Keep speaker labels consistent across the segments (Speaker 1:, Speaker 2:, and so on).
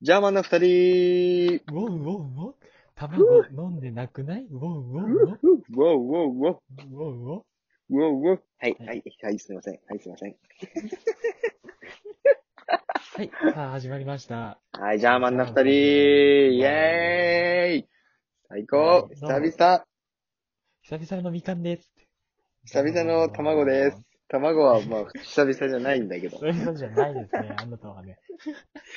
Speaker 1: ジャーマンの二人
Speaker 2: ウォウウォウウォ卵飲んでなくないウォウウォウウォウ
Speaker 1: ウォウウォウウォウ
Speaker 2: ォウウォ
Speaker 1: ウォウウォウはい、
Speaker 2: はい
Speaker 1: はい、はい、すいません。はい、すいません。
Speaker 2: はい、さあ始まりました。
Speaker 1: はい、ジャーマンの二人イェーイ最高
Speaker 2: はい
Speaker 1: 久々
Speaker 2: 久々のみかんです。
Speaker 1: 久々の卵です。卵はまあ、久々じゃないんだけど
Speaker 2: そ。ういうことじゃないですね、あなたはね。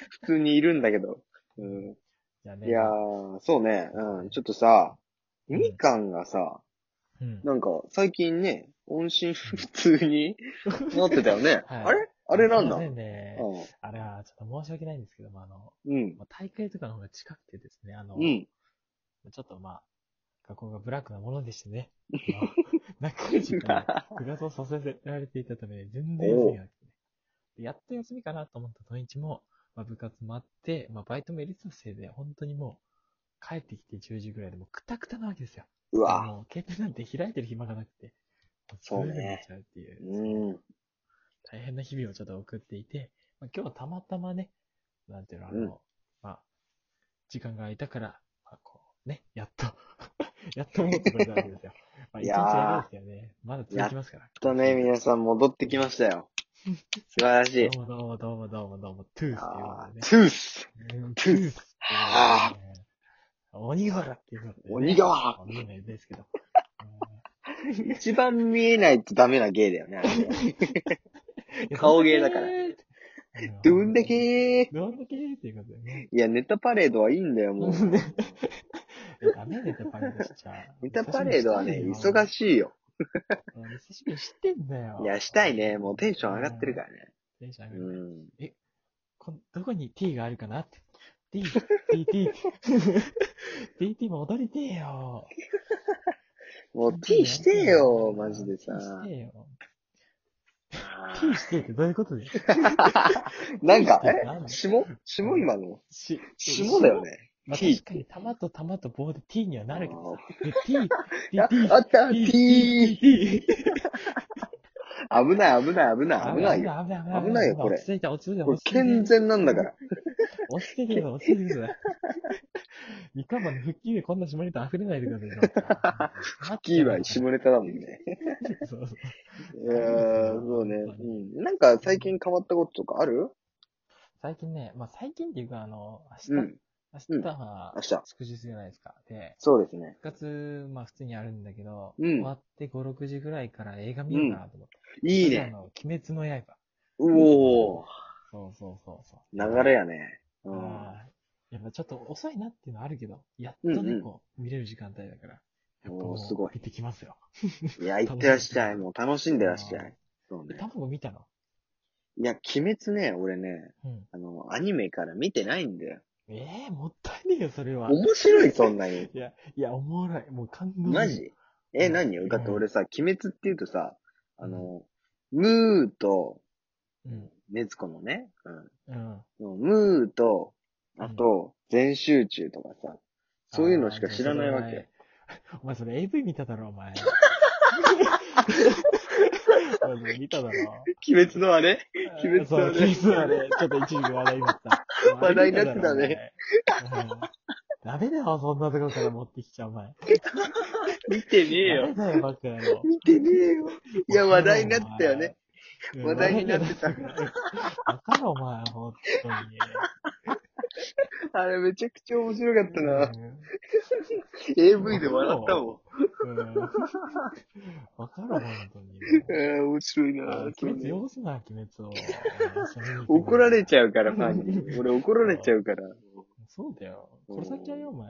Speaker 1: 普通にいるんだけど。うん、
Speaker 2: じゃあね
Speaker 1: いやー、そうね。うん、ちょっとさ、みかんがさ、
Speaker 2: うん。
Speaker 1: なんか、最近ね、音信不通 になってたよね。
Speaker 2: は
Speaker 1: あ
Speaker 2: い
Speaker 1: れあれなんだ、
Speaker 2: すいませね。
Speaker 1: う
Speaker 2: あれは、ちょっと申し訳ないんですけども、あの、
Speaker 1: ん。うん。
Speaker 2: まあ大会とかの方が近くてですね、あの、
Speaker 1: うん。
Speaker 2: ちょっとまあ、学校がブラックなものでし てね、あの中時間、部活をさせられていたため、全然休みがなくてね、でやっと休みかなと思った土日も、まあ、部活もあって、まあ、バイトもやりつつせいで、本当にもう、帰ってきて10時ぐらいでもうくたくたなわけですよ。
Speaker 1: うわ
Speaker 2: もう、携帯なんて開いてる暇がなくて、も
Speaker 1: そうね
Speaker 2: すぐ寝ちゃうっていうう、
Speaker 1: ん。
Speaker 2: 大変な日々をちょっと送っていて、まあ、今日はたまたまね、なんていうの、あの、
Speaker 1: うん
Speaker 2: まあ、時間が空いたから、まあ、こう、ね、やっと、 やっと戻ってくれたわけですよ。まあ、
Speaker 1: い
Speaker 2: 一日
Speaker 1: やー
Speaker 2: やるんですけどね、まだ続きますから。
Speaker 1: とね、皆さん戻ってきました よ。素晴らしい。
Speaker 2: どうもどうもどうもどうもどうも、トゥースっていう
Speaker 1: あー
Speaker 2: のでね。
Speaker 1: トゥース
Speaker 2: うん
Speaker 1: トゥース
Speaker 2: トゥースっていうのでね鬼瓦っていうのでね
Speaker 1: 鬼瓦
Speaker 2: まあ見えないですけど。
Speaker 1: 一番見えないとダメな芸だよねあれ ね。
Speaker 2: うん
Speaker 1: 顔芸だから
Speaker 2: うん
Speaker 1: どんだけー
Speaker 2: どんだけっていうことでね。
Speaker 1: いや、ネタパレードはいいんだよ、もう。
Speaker 2: ねいやダメネタパレードしちゃう。
Speaker 1: ネタパレードはね、忙
Speaker 2: い。
Speaker 1: しいよ。
Speaker 2: うん久しぶりに知ってんだよ。
Speaker 1: いや、したいね。もうテンション上がってるからね。
Speaker 2: テンション上
Speaker 1: う
Speaker 2: がる。
Speaker 1: ん。
Speaker 2: こんどこに T があるかなって。T、T、T。T、T も踊りてえよ。
Speaker 1: もう T してよ、マジでさ。
Speaker 2: T してよ。
Speaker 1: あ
Speaker 2: T してってどういうことですか
Speaker 1: ーなんか、
Speaker 2: T ってなん
Speaker 1: え
Speaker 2: だ
Speaker 1: 下下今の
Speaker 2: し
Speaker 1: 下だよ。ね。
Speaker 2: まあ、
Speaker 1: T
Speaker 2: 確かに玉と玉と棒で T にはなるけどさ。で T、
Speaker 1: あ
Speaker 2: T、
Speaker 1: あった
Speaker 2: T、
Speaker 1: T!
Speaker 2: T、T。
Speaker 1: 危ない、危ない、危ない、危ないよ。
Speaker 2: 危ないよ。
Speaker 1: 危ないよこれ
Speaker 2: 落ち着いた、落ち着いた。
Speaker 1: これ
Speaker 2: 落ち着いた
Speaker 1: 健全なんだから。
Speaker 2: 落ちてるよ、落ちてるよ。みかんまの腹筋でこんな下ネタ溢れないでください。腹
Speaker 1: キーは下ネタだもんね。
Speaker 2: そうそう
Speaker 1: いやーそうね。うん。なんか最近変わったこととかある
Speaker 2: 最近ね、まあ最近っていうか、あの、
Speaker 1: う
Speaker 2: 明日、
Speaker 1: ん。
Speaker 2: 明日は
Speaker 1: 明日。
Speaker 2: 祝日じゃないですか。で、
Speaker 1: そうですね。
Speaker 2: 部活、まあ普通にあるんだけど、
Speaker 1: うん
Speaker 2: 終わって5、6時ぐらいから映画見ようかなと思って。
Speaker 1: いい
Speaker 2: あ
Speaker 1: ね。
Speaker 2: の、鬼滅の刃。
Speaker 1: うおー。
Speaker 2: そうそうそうそう。
Speaker 1: 流れやね。うん。
Speaker 2: ああ。やっぱちょっと遅いなっていうのはあるけど、やっとね、
Speaker 1: うんうん
Speaker 2: こう、見れる時間帯だから。やっぱ
Speaker 1: お
Speaker 2: も
Speaker 1: ー、
Speaker 2: う
Speaker 1: すごい。
Speaker 2: 見てきますよ。
Speaker 1: いや、行ってらっしゃい。もう楽しんでらっしゃい。そうね。
Speaker 2: 卵見たの
Speaker 1: いや、鬼滅ね、俺ね、
Speaker 2: うん。
Speaker 1: あの、アニメから見てないんだよ。
Speaker 2: ええもったいねえよ、それは。
Speaker 1: 面白い、そんなに。
Speaker 2: いや、いや、おもろい。もう感動。
Speaker 1: マジえ、何よだって俺さ、鬼滅って言うとさ、あの、ムーと、
Speaker 2: うん。
Speaker 1: ねずこのね、
Speaker 2: うん。
Speaker 1: うん。ムーと、あと、全集中とかさ、そういうのしか知らないわけ。
Speaker 2: お前、それ AV 見ただろ、お前。 お前それ見ただろ。
Speaker 1: 鬼滅のあれ
Speaker 2: そう
Speaker 1: 鬼滅だね
Speaker 2: 鬼滅だね。ちょっと一時期話題になった。
Speaker 1: 話題になってたね
Speaker 2: お前。うんダメだよ、そんなとこから持ってきちゃう、お前。
Speaker 1: 見てねえ
Speaker 2: ダメ
Speaker 1: よ。
Speaker 2: だよ、バカ野郎。
Speaker 1: 見てねえよ。いや、話題になってたよね。
Speaker 2: うん。
Speaker 1: 話題になってた
Speaker 2: 話題になってたバカだ、お前、ほんとに。
Speaker 1: あれめちゃくちゃ面白かったな。
Speaker 2: うん
Speaker 1: AV で笑ったもん。
Speaker 2: うんわかるわ、本当に。
Speaker 1: えー、面白いな
Speaker 2: 鬼
Speaker 1: そう
Speaker 2: 滅
Speaker 1: ね
Speaker 2: 汚すな、鬼滅を。
Speaker 1: 怒られ
Speaker 2: ゃ
Speaker 1: ちゃうから、ファンに。俺怒られちゃうから。
Speaker 2: う。そうだよ。殺されちゃうよ、お前。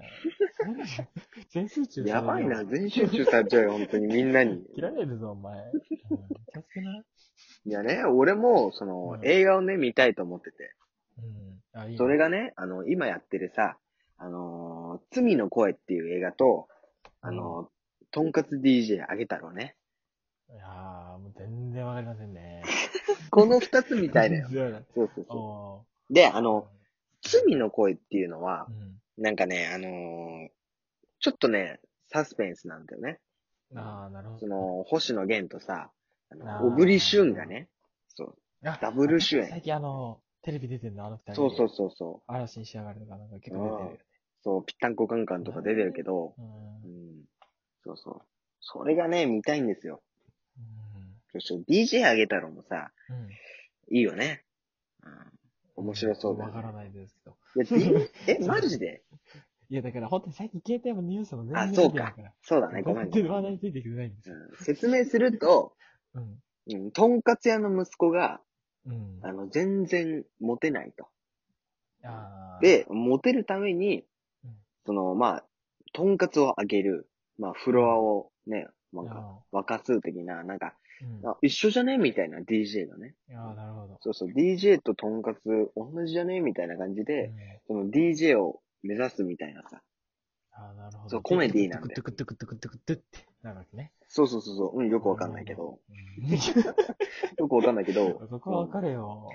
Speaker 2: 全集中
Speaker 1: やばいな、全集中されちゃうよ、本当にみんなに。
Speaker 2: 切られるぞ、お前。うん気をつけな。
Speaker 1: いやね、俺も、その、
Speaker 2: うん
Speaker 1: 映画をね、見たいと思ってて。
Speaker 2: うん。あ、いいね。
Speaker 1: それがね、あの、今やってるさ、あのー罪の声っていう映画と、あのーとんかつ DJ あげたろうね。
Speaker 2: いやー、もう全然わかりませんね。
Speaker 1: この二つみたいだよ。
Speaker 2: 強いな。
Speaker 1: そうそうそ
Speaker 2: お
Speaker 1: う。で、あ
Speaker 2: ー
Speaker 1: の、、罪の声っていうのは
Speaker 2: う、ん。
Speaker 1: なんかね、あのーちょっとね、サスペンスなんだよね。
Speaker 2: あー、なるほど。
Speaker 1: その、星野源とさ、あ
Speaker 2: あ
Speaker 1: の小
Speaker 2: ー
Speaker 1: 栗旬がね、そう、
Speaker 2: あ
Speaker 1: ダブル主演
Speaker 2: 最近あの、テレビ出てんのあの二人。
Speaker 1: そうそうそうそう。
Speaker 2: 嵐に仕上がるとか、なんか結構出てるよね。
Speaker 1: そう、ぴったんこカンカンとか出てるけど、
Speaker 2: うん。
Speaker 1: う
Speaker 2: うん
Speaker 1: ん。そうそう。それがね、見たいんですよ。そうそう、DJ あげたのもさ、
Speaker 2: うん。
Speaker 1: いいよね。うん。面白そうだ、
Speaker 2: わ
Speaker 1: ね。
Speaker 2: からないですけど。
Speaker 1: いや D- え、マジで
Speaker 2: いや、だから本当に最近携帯もニュースも全然
Speaker 1: あ
Speaker 2: 見
Speaker 1: そう
Speaker 2: てない
Speaker 1: か
Speaker 2: から。
Speaker 1: そうだね、ごめん
Speaker 2: 全。然話題についてきてないんですよ。
Speaker 1: うん説明すると、
Speaker 2: うん。
Speaker 1: うん、とんかつ屋の息子が、
Speaker 2: うん。
Speaker 1: あの、全然モテないと。
Speaker 2: あー、
Speaker 1: で、モテるために
Speaker 2: うん、
Speaker 1: その、まあ、とんかつをあげる、まあ、フロアをね、なんか、
Speaker 2: あ
Speaker 1: 沸かす的な、なんか、
Speaker 2: ーうん。
Speaker 1: あ一緒じゃねみたいな DJ がね。
Speaker 2: ああ、なるほど。
Speaker 1: そうそう、DJ ととんかつ同じじゃねみたいな感じ
Speaker 2: う
Speaker 1: で、
Speaker 2: ん
Speaker 1: その DJ を目指すみたいなさ。
Speaker 2: ああ、なるほど。
Speaker 1: そうコメディなんで
Speaker 2: トゥクトゥクトゥクトゥクトゥクトゥクってなるわけね。
Speaker 1: そうそうそうそう、うん、よくわかんないけど。
Speaker 2: うん。
Speaker 1: よくわかんないけど。
Speaker 2: そこはわかれよ。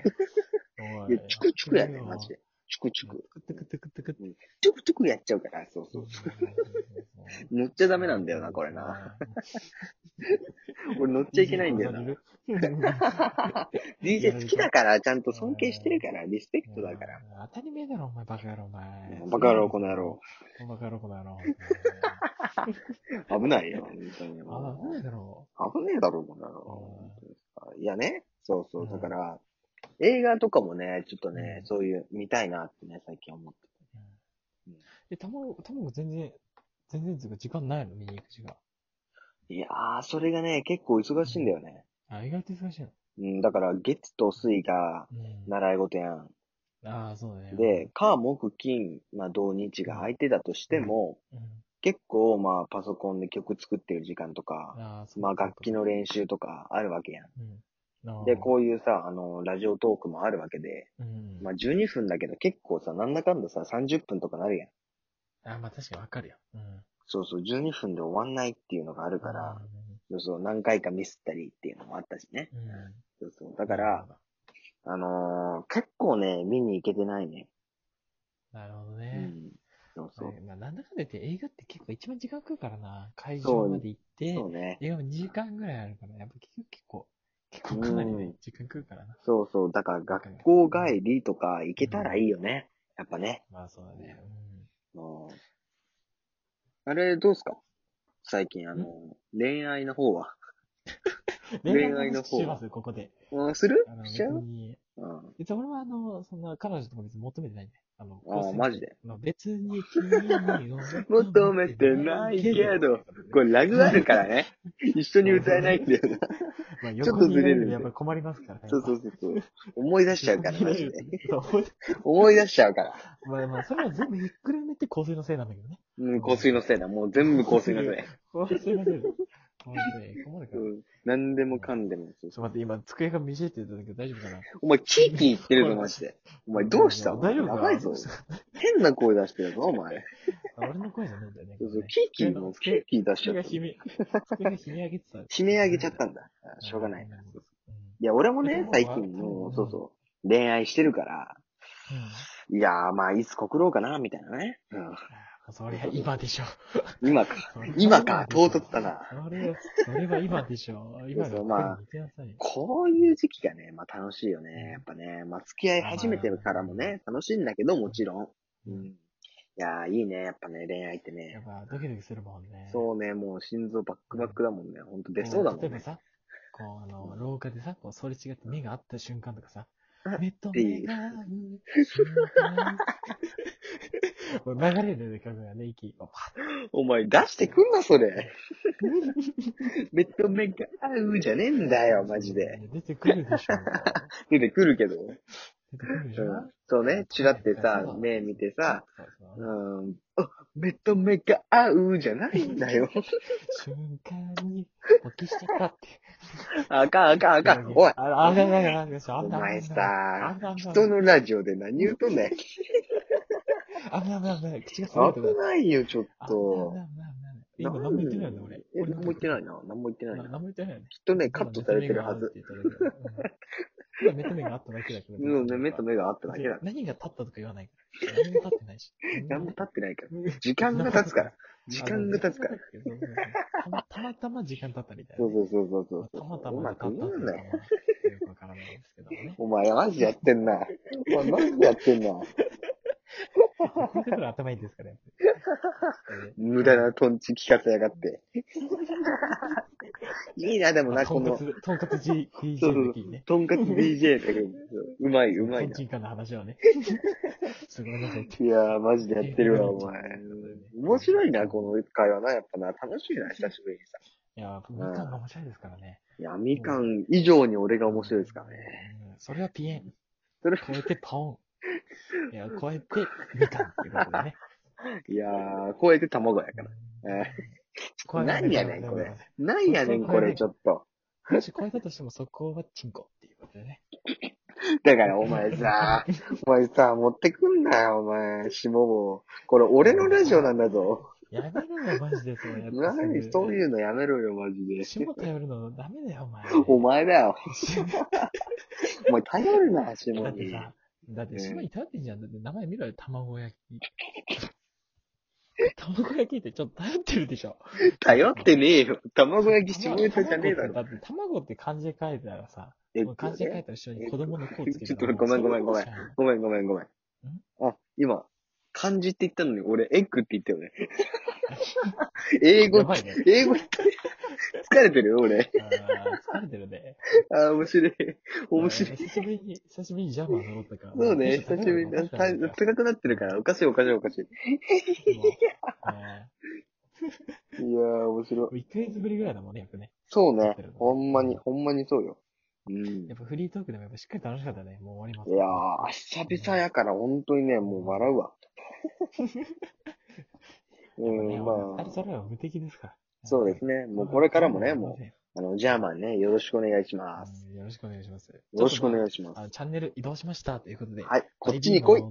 Speaker 1: うんいや、チュクチュクやね、マジで。チュクチュ
Speaker 2: ク
Speaker 1: ク。
Speaker 2: トゥクトゥクトゥクトゥク。
Speaker 1: チュクチュクやっちゃうから、そうそう。
Speaker 2: う
Speaker 1: 乗っちゃダメなんだよな、これな。。俺乗っちゃいけないんだよな。DJ 好きだから、ちゃんと尊敬してるから、リスペクトだから。。
Speaker 2: 当たり前だろ、お前、バカ野郎、お前。
Speaker 1: バカ野郎、この野郎。。
Speaker 2: バカ野郎、この野郎。
Speaker 1: 危ないよ、本当に。
Speaker 2: あ、なんだろ
Speaker 1: 危ねえだろ、この野郎。いやね、そうそう、だから、映画とかもね、ちょっとね
Speaker 2: う、ん
Speaker 1: そういう、見たいなってね、最近思って。
Speaker 2: う。え、たまご、たまご全然、全然っていうか、時間ないの、見に行く時間。
Speaker 1: いやー、それがね、結構忙しいんだよね。
Speaker 2: あ、意外と忙しいの。
Speaker 1: うん、だから、月と水が
Speaker 2: うん。
Speaker 1: 習い事やん。
Speaker 2: ああ、そうだね。
Speaker 1: で、、火、木、金、まあ、土日が空いてたとしても、
Speaker 2: うん、
Speaker 1: 結構、まあ、パソコンで曲作ってる時間とか、
Speaker 2: ああ、そう
Speaker 1: まあ、楽器の
Speaker 2: 練
Speaker 1: 練習とかあるわけやん。
Speaker 2: うん。
Speaker 1: で、こういうさ、あの、ラジオトークもあるわけで、
Speaker 2: う、うん。
Speaker 1: まあ、12分だけど結構さ、なんだかんださ、30分とかなるやん。
Speaker 2: あ、まあ確かにわかるよ。うん。
Speaker 1: そうそう、12分で終わんないっていうのがあるから、そうそう、何回かミスったりっていうのもあったしね。
Speaker 2: うん、うん。
Speaker 1: そうそう。だから、、あのー結構ね、見に行けてないね。
Speaker 2: なるほど
Speaker 1: う
Speaker 2: ね。
Speaker 1: ん。そうそう。
Speaker 2: まあ、なんだかんだ言って映画って結構一番時間食うからな。会
Speaker 1: そ
Speaker 2: 場
Speaker 1: う
Speaker 2: まで行って、
Speaker 1: そうね。
Speaker 2: 映画も2時間ぐらいあるから、やっぱ結局結構、結構かなりね
Speaker 1: うん、
Speaker 2: 時間食うからな。
Speaker 1: そうそう。だから、学校帰りとか行けたらいいよね。やっぱね。
Speaker 2: まあそうだね。
Speaker 1: うんあれ、どうすか最近、あの、恋愛の方は。
Speaker 2: うん。
Speaker 1: 恋愛の方
Speaker 2: します、ここで。
Speaker 1: うん、する
Speaker 2: あの、
Speaker 1: し
Speaker 2: 別
Speaker 1: ちゃう
Speaker 2: に、
Speaker 1: うん。
Speaker 2: 別に俺はあの、そんな彼女とか別に求めてないんで。あの、
Speaker 1: あーマジで。
Speaker 2: まあ別に君に
Speaker 1: 求めてないけど、これラグあるから ね。一緒に歌えないんだよな。
Speaker 2: まあ、
Speaker 1: ち
Speaker 2: ち
Speaker 1: ょ
Speaker 2: ょ
Speaker 1: っ
Speaker 2: っ
Speaker 1: とず
Speaker 2: と
Speaker 1: れ
Speaker 2: ずれ
Speaker 1: るんで
Speaker 2: るでやっぱり困りますから。。
Speaker 1: そうそううそうそう。思い出しちゃうから、マジで。
Speaker 2: そう。
Speaker 1: 思い出しちゃうから。
Speaker 2: まあまあ、それは全部ひっくるめて香水のせいなんだけどね。
Speaker 1: うん、香水のせいだ。もう全部香水のせい。
Speaker 2: 香水のせいだ。本当に困るか
Speaker 1: う
Speaker 2: ら。ちょ
Speaker 1: ん。何でもかんでも。
Speaker 2: っと待って、今、机が見せてたんだけど大丈夫かな
Speaker 1: お前、キーキー言ってるぞ、マジで。お前、どうしたお前
Speaker 2: 大丈夫か
Speaker 1: や
Speaker 2: な
Speaker 1: ばいぞ。変な声出してるぞ、お前。
Speaker 2: 俺の声じゃないんだよね。
Speaker 1: そうそう、
Speaker 2: こ
Speaker 1: キーキーも、キーキー出しちゃ
Speaker 2: れ
Speaker 1: った
Speaker 2: ね机が。悲鳴、机が悲鳴上げてた。
Speaker 1: 締め上げちゃったんだ。あしょうがない。
Speaker 2: うん。
Speaker 1: いや、俺も
Speaker 2: で
Speaker 1: ね
Speaker 2: も、
Speaker 1: 最近も
Speaker 2: う
Speaker 1: う、
Speaker 2: ん
Speaker 1: そうそう、恋愛してるから、
Speaker 2: うんあ
Speaker 1: いやー、まあ、いつ告ろうかな、みたいなね。
Speaker 2: ーそりゃ今でしょ。
Speaker 1: うん、今か。今か、唐突だな。
Speaker 2: それ、それは今でしょ。今
Speaker 1: そ
Speaker 2: が
Speaker 1: うまあ
Speaker 2: 見てなさいよ。
Speaker 1: こういう時期がね、まあ楽しいよね。やっぱね、まあ付き合い始めてからもね、楽しいんだけど、もちろん。うん。いやー、いいね。やっぱね、恋愛って
Speaker 2: や
Speaker 1: ね
Speaker 2: っ。ぱドキドキするもんね。
Speaker 1: そうね、もう心臓バックバックだもんね。ほんと出そうだもん
Speaker 2: 例えば
Speaker 1: ね。
Speaker 2: さ、こう、あ
Speaker 1: う
Speaker 2: の、
Speaker 1: ん
Speaker 2: 廊下でさ、こう、それ違って目が合った瞬間とかさ
Speaker 1: あ、
Speaker 2: 目と
Speaker 1: てい
Speaker 2: 目
Speaker 1: う
Speaker 2: が合う瞬間。これ流れるよね、曲がね、息をパ
Speaker 1: お前出してくんな、それ。 目と目が合うじゃねえんだよ、
Speaker 2: ッ
Speaker 1: マジで。。
Speaker 2: 出てくるでしょ。
Speaker 1: 出てくるけど。
Speaker 2: 出てくるでしょ
Speaker 1: うん。そうね、チラってさ、目見てさ、、うん、あ、目と目が合うじゃないんだ よ。
Speaker 2: 瞬間に、勃起しちゃったって。
Speaker 1: あかん、あかん、あかん。おい、
Speaker 2: あああかんあかんあかんあかん
Speaker 1: お前
Speaker 2: あ
Speaker 1: さ
Speaker 2: かんあかんあかん、
Speaker 1: 人のラジオで何言うとんねん。
Speaker 2: あかんあかんあかん口が滑る
Speaker 1: 危
Speaker 2: とか。
Speaker 1: ないよ、ちょっ
Speaker 2: あ
Speaker 1: と
Speaker 2: 危な。い危ない危ない今何も言ってないんだ、俺。
Speaker 1: え、何も言ってないな。何も言ってない
Speaker 2: な
Speaker 1: な。
Speaker 2: 何も言ってないよね。
Speaker 1: きっとね、カットされてるはず。
Speaker 2: うん。目と目があっただけだけど。
Speaker 1: うん、ね、目と目が合っただけだ。
Speaker 2: 何が立ったとか言わないから。何も立ってないし。
Speaker 1: 何も経ってないから。
Speaker 2: うん
Speaker 1: 時間が経つから。時間が経つから。。
Speaker 2: そうそうそうたまたま時間経ったみたいな
Speaker 1: そう
Speaker 2: ね。
Speaker 1: そうそうそうそう。
Speaker 2: たまた
Speaker 1: う
Speaker 2: ま
Speaker 1: ま
Speaker 2: で
Speaker 1: く
Speaker 2: 経った
Speaker 1: 言
Speaker 2: と
Speaker 1: う
Speaker 2: か
Speaker 1: なよ。
Speaker 2: よくわかからなんですけどもね。
Speaker 1: お前マジでやってんな。お前マジでやってんな。
Speaker 2: こういうところ頭いいですから、やっぱり
Speaker 1: 無駄なトンチ聞かせやがって。いいな、でも
Speaker 2: まあ
Speaker 1: な、
Speaker 2: と
Speaker 1: こ
Speaker 2: んか
Speaker 1: の、
Speaker 2: つ、とんかつ G、d
Speaker 1: そうそ
Speaker 2: j
Speaker 1: う
Speaker 2: 的にね。
Speaker 1: とんかつ DJ だけど、うまい、うま
Speaker 2: と
Speaker 1: い
Speaker 2: ん
Speaker 1: な。
Speaker 2: ちんかんの話をね。 すごいなさいって。
Speaker 1: いやー、マジでやってるわ、お前。面白いな、この会話な。やっぱな、楽しいな、久しぶりにさ。
Speaker 2: いや、みかんが面白いですからね。
Speaker 1: いや、みかん以上に俺が面白いですからね。
Speaker 2: うん。それはピエン。
Speaker 1: それ
Speaker 2: 超えて パオン。いや、超えてみかんってことでね。
Speaker 1: いやー、超えて卵やから。え
Speaker 2: 超えて
Speaker 1: 何やねん
Speaker 2: みか
Speaker 1: これ
Speaker 2: でございます
Speaker 1: ーなんやねん、これ、ちょっと。
Speaker 2: もし超えたとしても、そこはチンコっていうことでね。
Speaker 1: だから、お前さ、お前さ、持ってくんなよ、お前、下を。これ、俺のラジオなんだぞ。
Speaker 2: やめろよ、マジで、そうやってすぐ。
Speaker 1: 何、そういうのやめろよ、マジ
Speaker 2: 下
Speaker 1: で。
Speaker 2: 頼るのダメだよ、お前。
Speaker 1: お前だよ。お前、頼るな、下
Speaker 2: だって
Speaker 1: に。
Speaker 2: さ、だって
Speaker 1: うん
Speaker 2: 島に頼ってんじゃん。だって名前見ろよ、卵焼き。卵焼きってちょっと頼ってるでしょ。
Speaker 1: 頼ってねえよ。卵焼き下ネタじゃねえだろ。
Speaker 2: 卵ってだって卵って漢字で書いたらさ、
Speaker 1: えっ
Speaker 2: もう
Speaker 1: と
Speaker 2: 漢字で書い
Speaker 1: ね、
Speaker 2: たら後ろに子供の子をつ け
Speaker 1: ちょ
Speaker 2: る
Speaker 1: っ
Speaker 2: か
Speaker 1: と
Speaker 2: ら。
Speaker 1: ごめんごめんごめん
Speaker 2: そういうこと
Speaker 1: ごめんごめんごめん。あ、今、漢字って言ったのに、俺、エッグって言った よね。英
Speaker 2: じゃん。
Speaker 1: 語、
Speaker 2: やばいね。
Speaker 1: 英語言った疲れてるよ、俺。
Speaker 2: あー疲れてるね。
Speaker 1: あー、面白い。面白い。
Speaker 2: い。久しぶりに、久しぶりにジャマー揃ったから。
Speaker 1: そうね、
Speaker 2: ちょ
Speaker 1: 久
Speaker 2: っと
Speaker 1: しぶりに。
Speaker 2: 食べたいな
Speaker 1: た高くなってるから、おかしいおかしいおかしい。い
Speaker 2: え
Speaker 1: やー、面白い。
Speaker 2: ー一ヶ月ぶりぐらいだもんね、やっぱね。
Speaker 1: そうね。ほんまに、ほんまにそうよ。うん。い
Speaker 2: やっぱフリートークでもやっぱしっかり楽しかったね。もう終わります。
Speaker 1: やー、久々やから、本当にね、もう笑う わ。う
Speaker 2: ね
Speaker 1: ん、ま
Speaker 2: 二人
Speaker 1: あ、
Speaker 2: 揃えば無敵ですから。
Speaker 1: そうです
Speaker 2: ね。
Speaker 1: ね。もうこれからもね、もう、あの、ジャーマンね、よろしくお願いします。
Speaker 2: うんよろしくお願いします。よ
Speaker 1: よろしくお
Speaker 2: いし
Speaker 1: 願いしま。
Speaker 2: ますす。チャンネル移動しましたということで。
Speaker 1: はい、こっちに来い。
Speaker 2: い。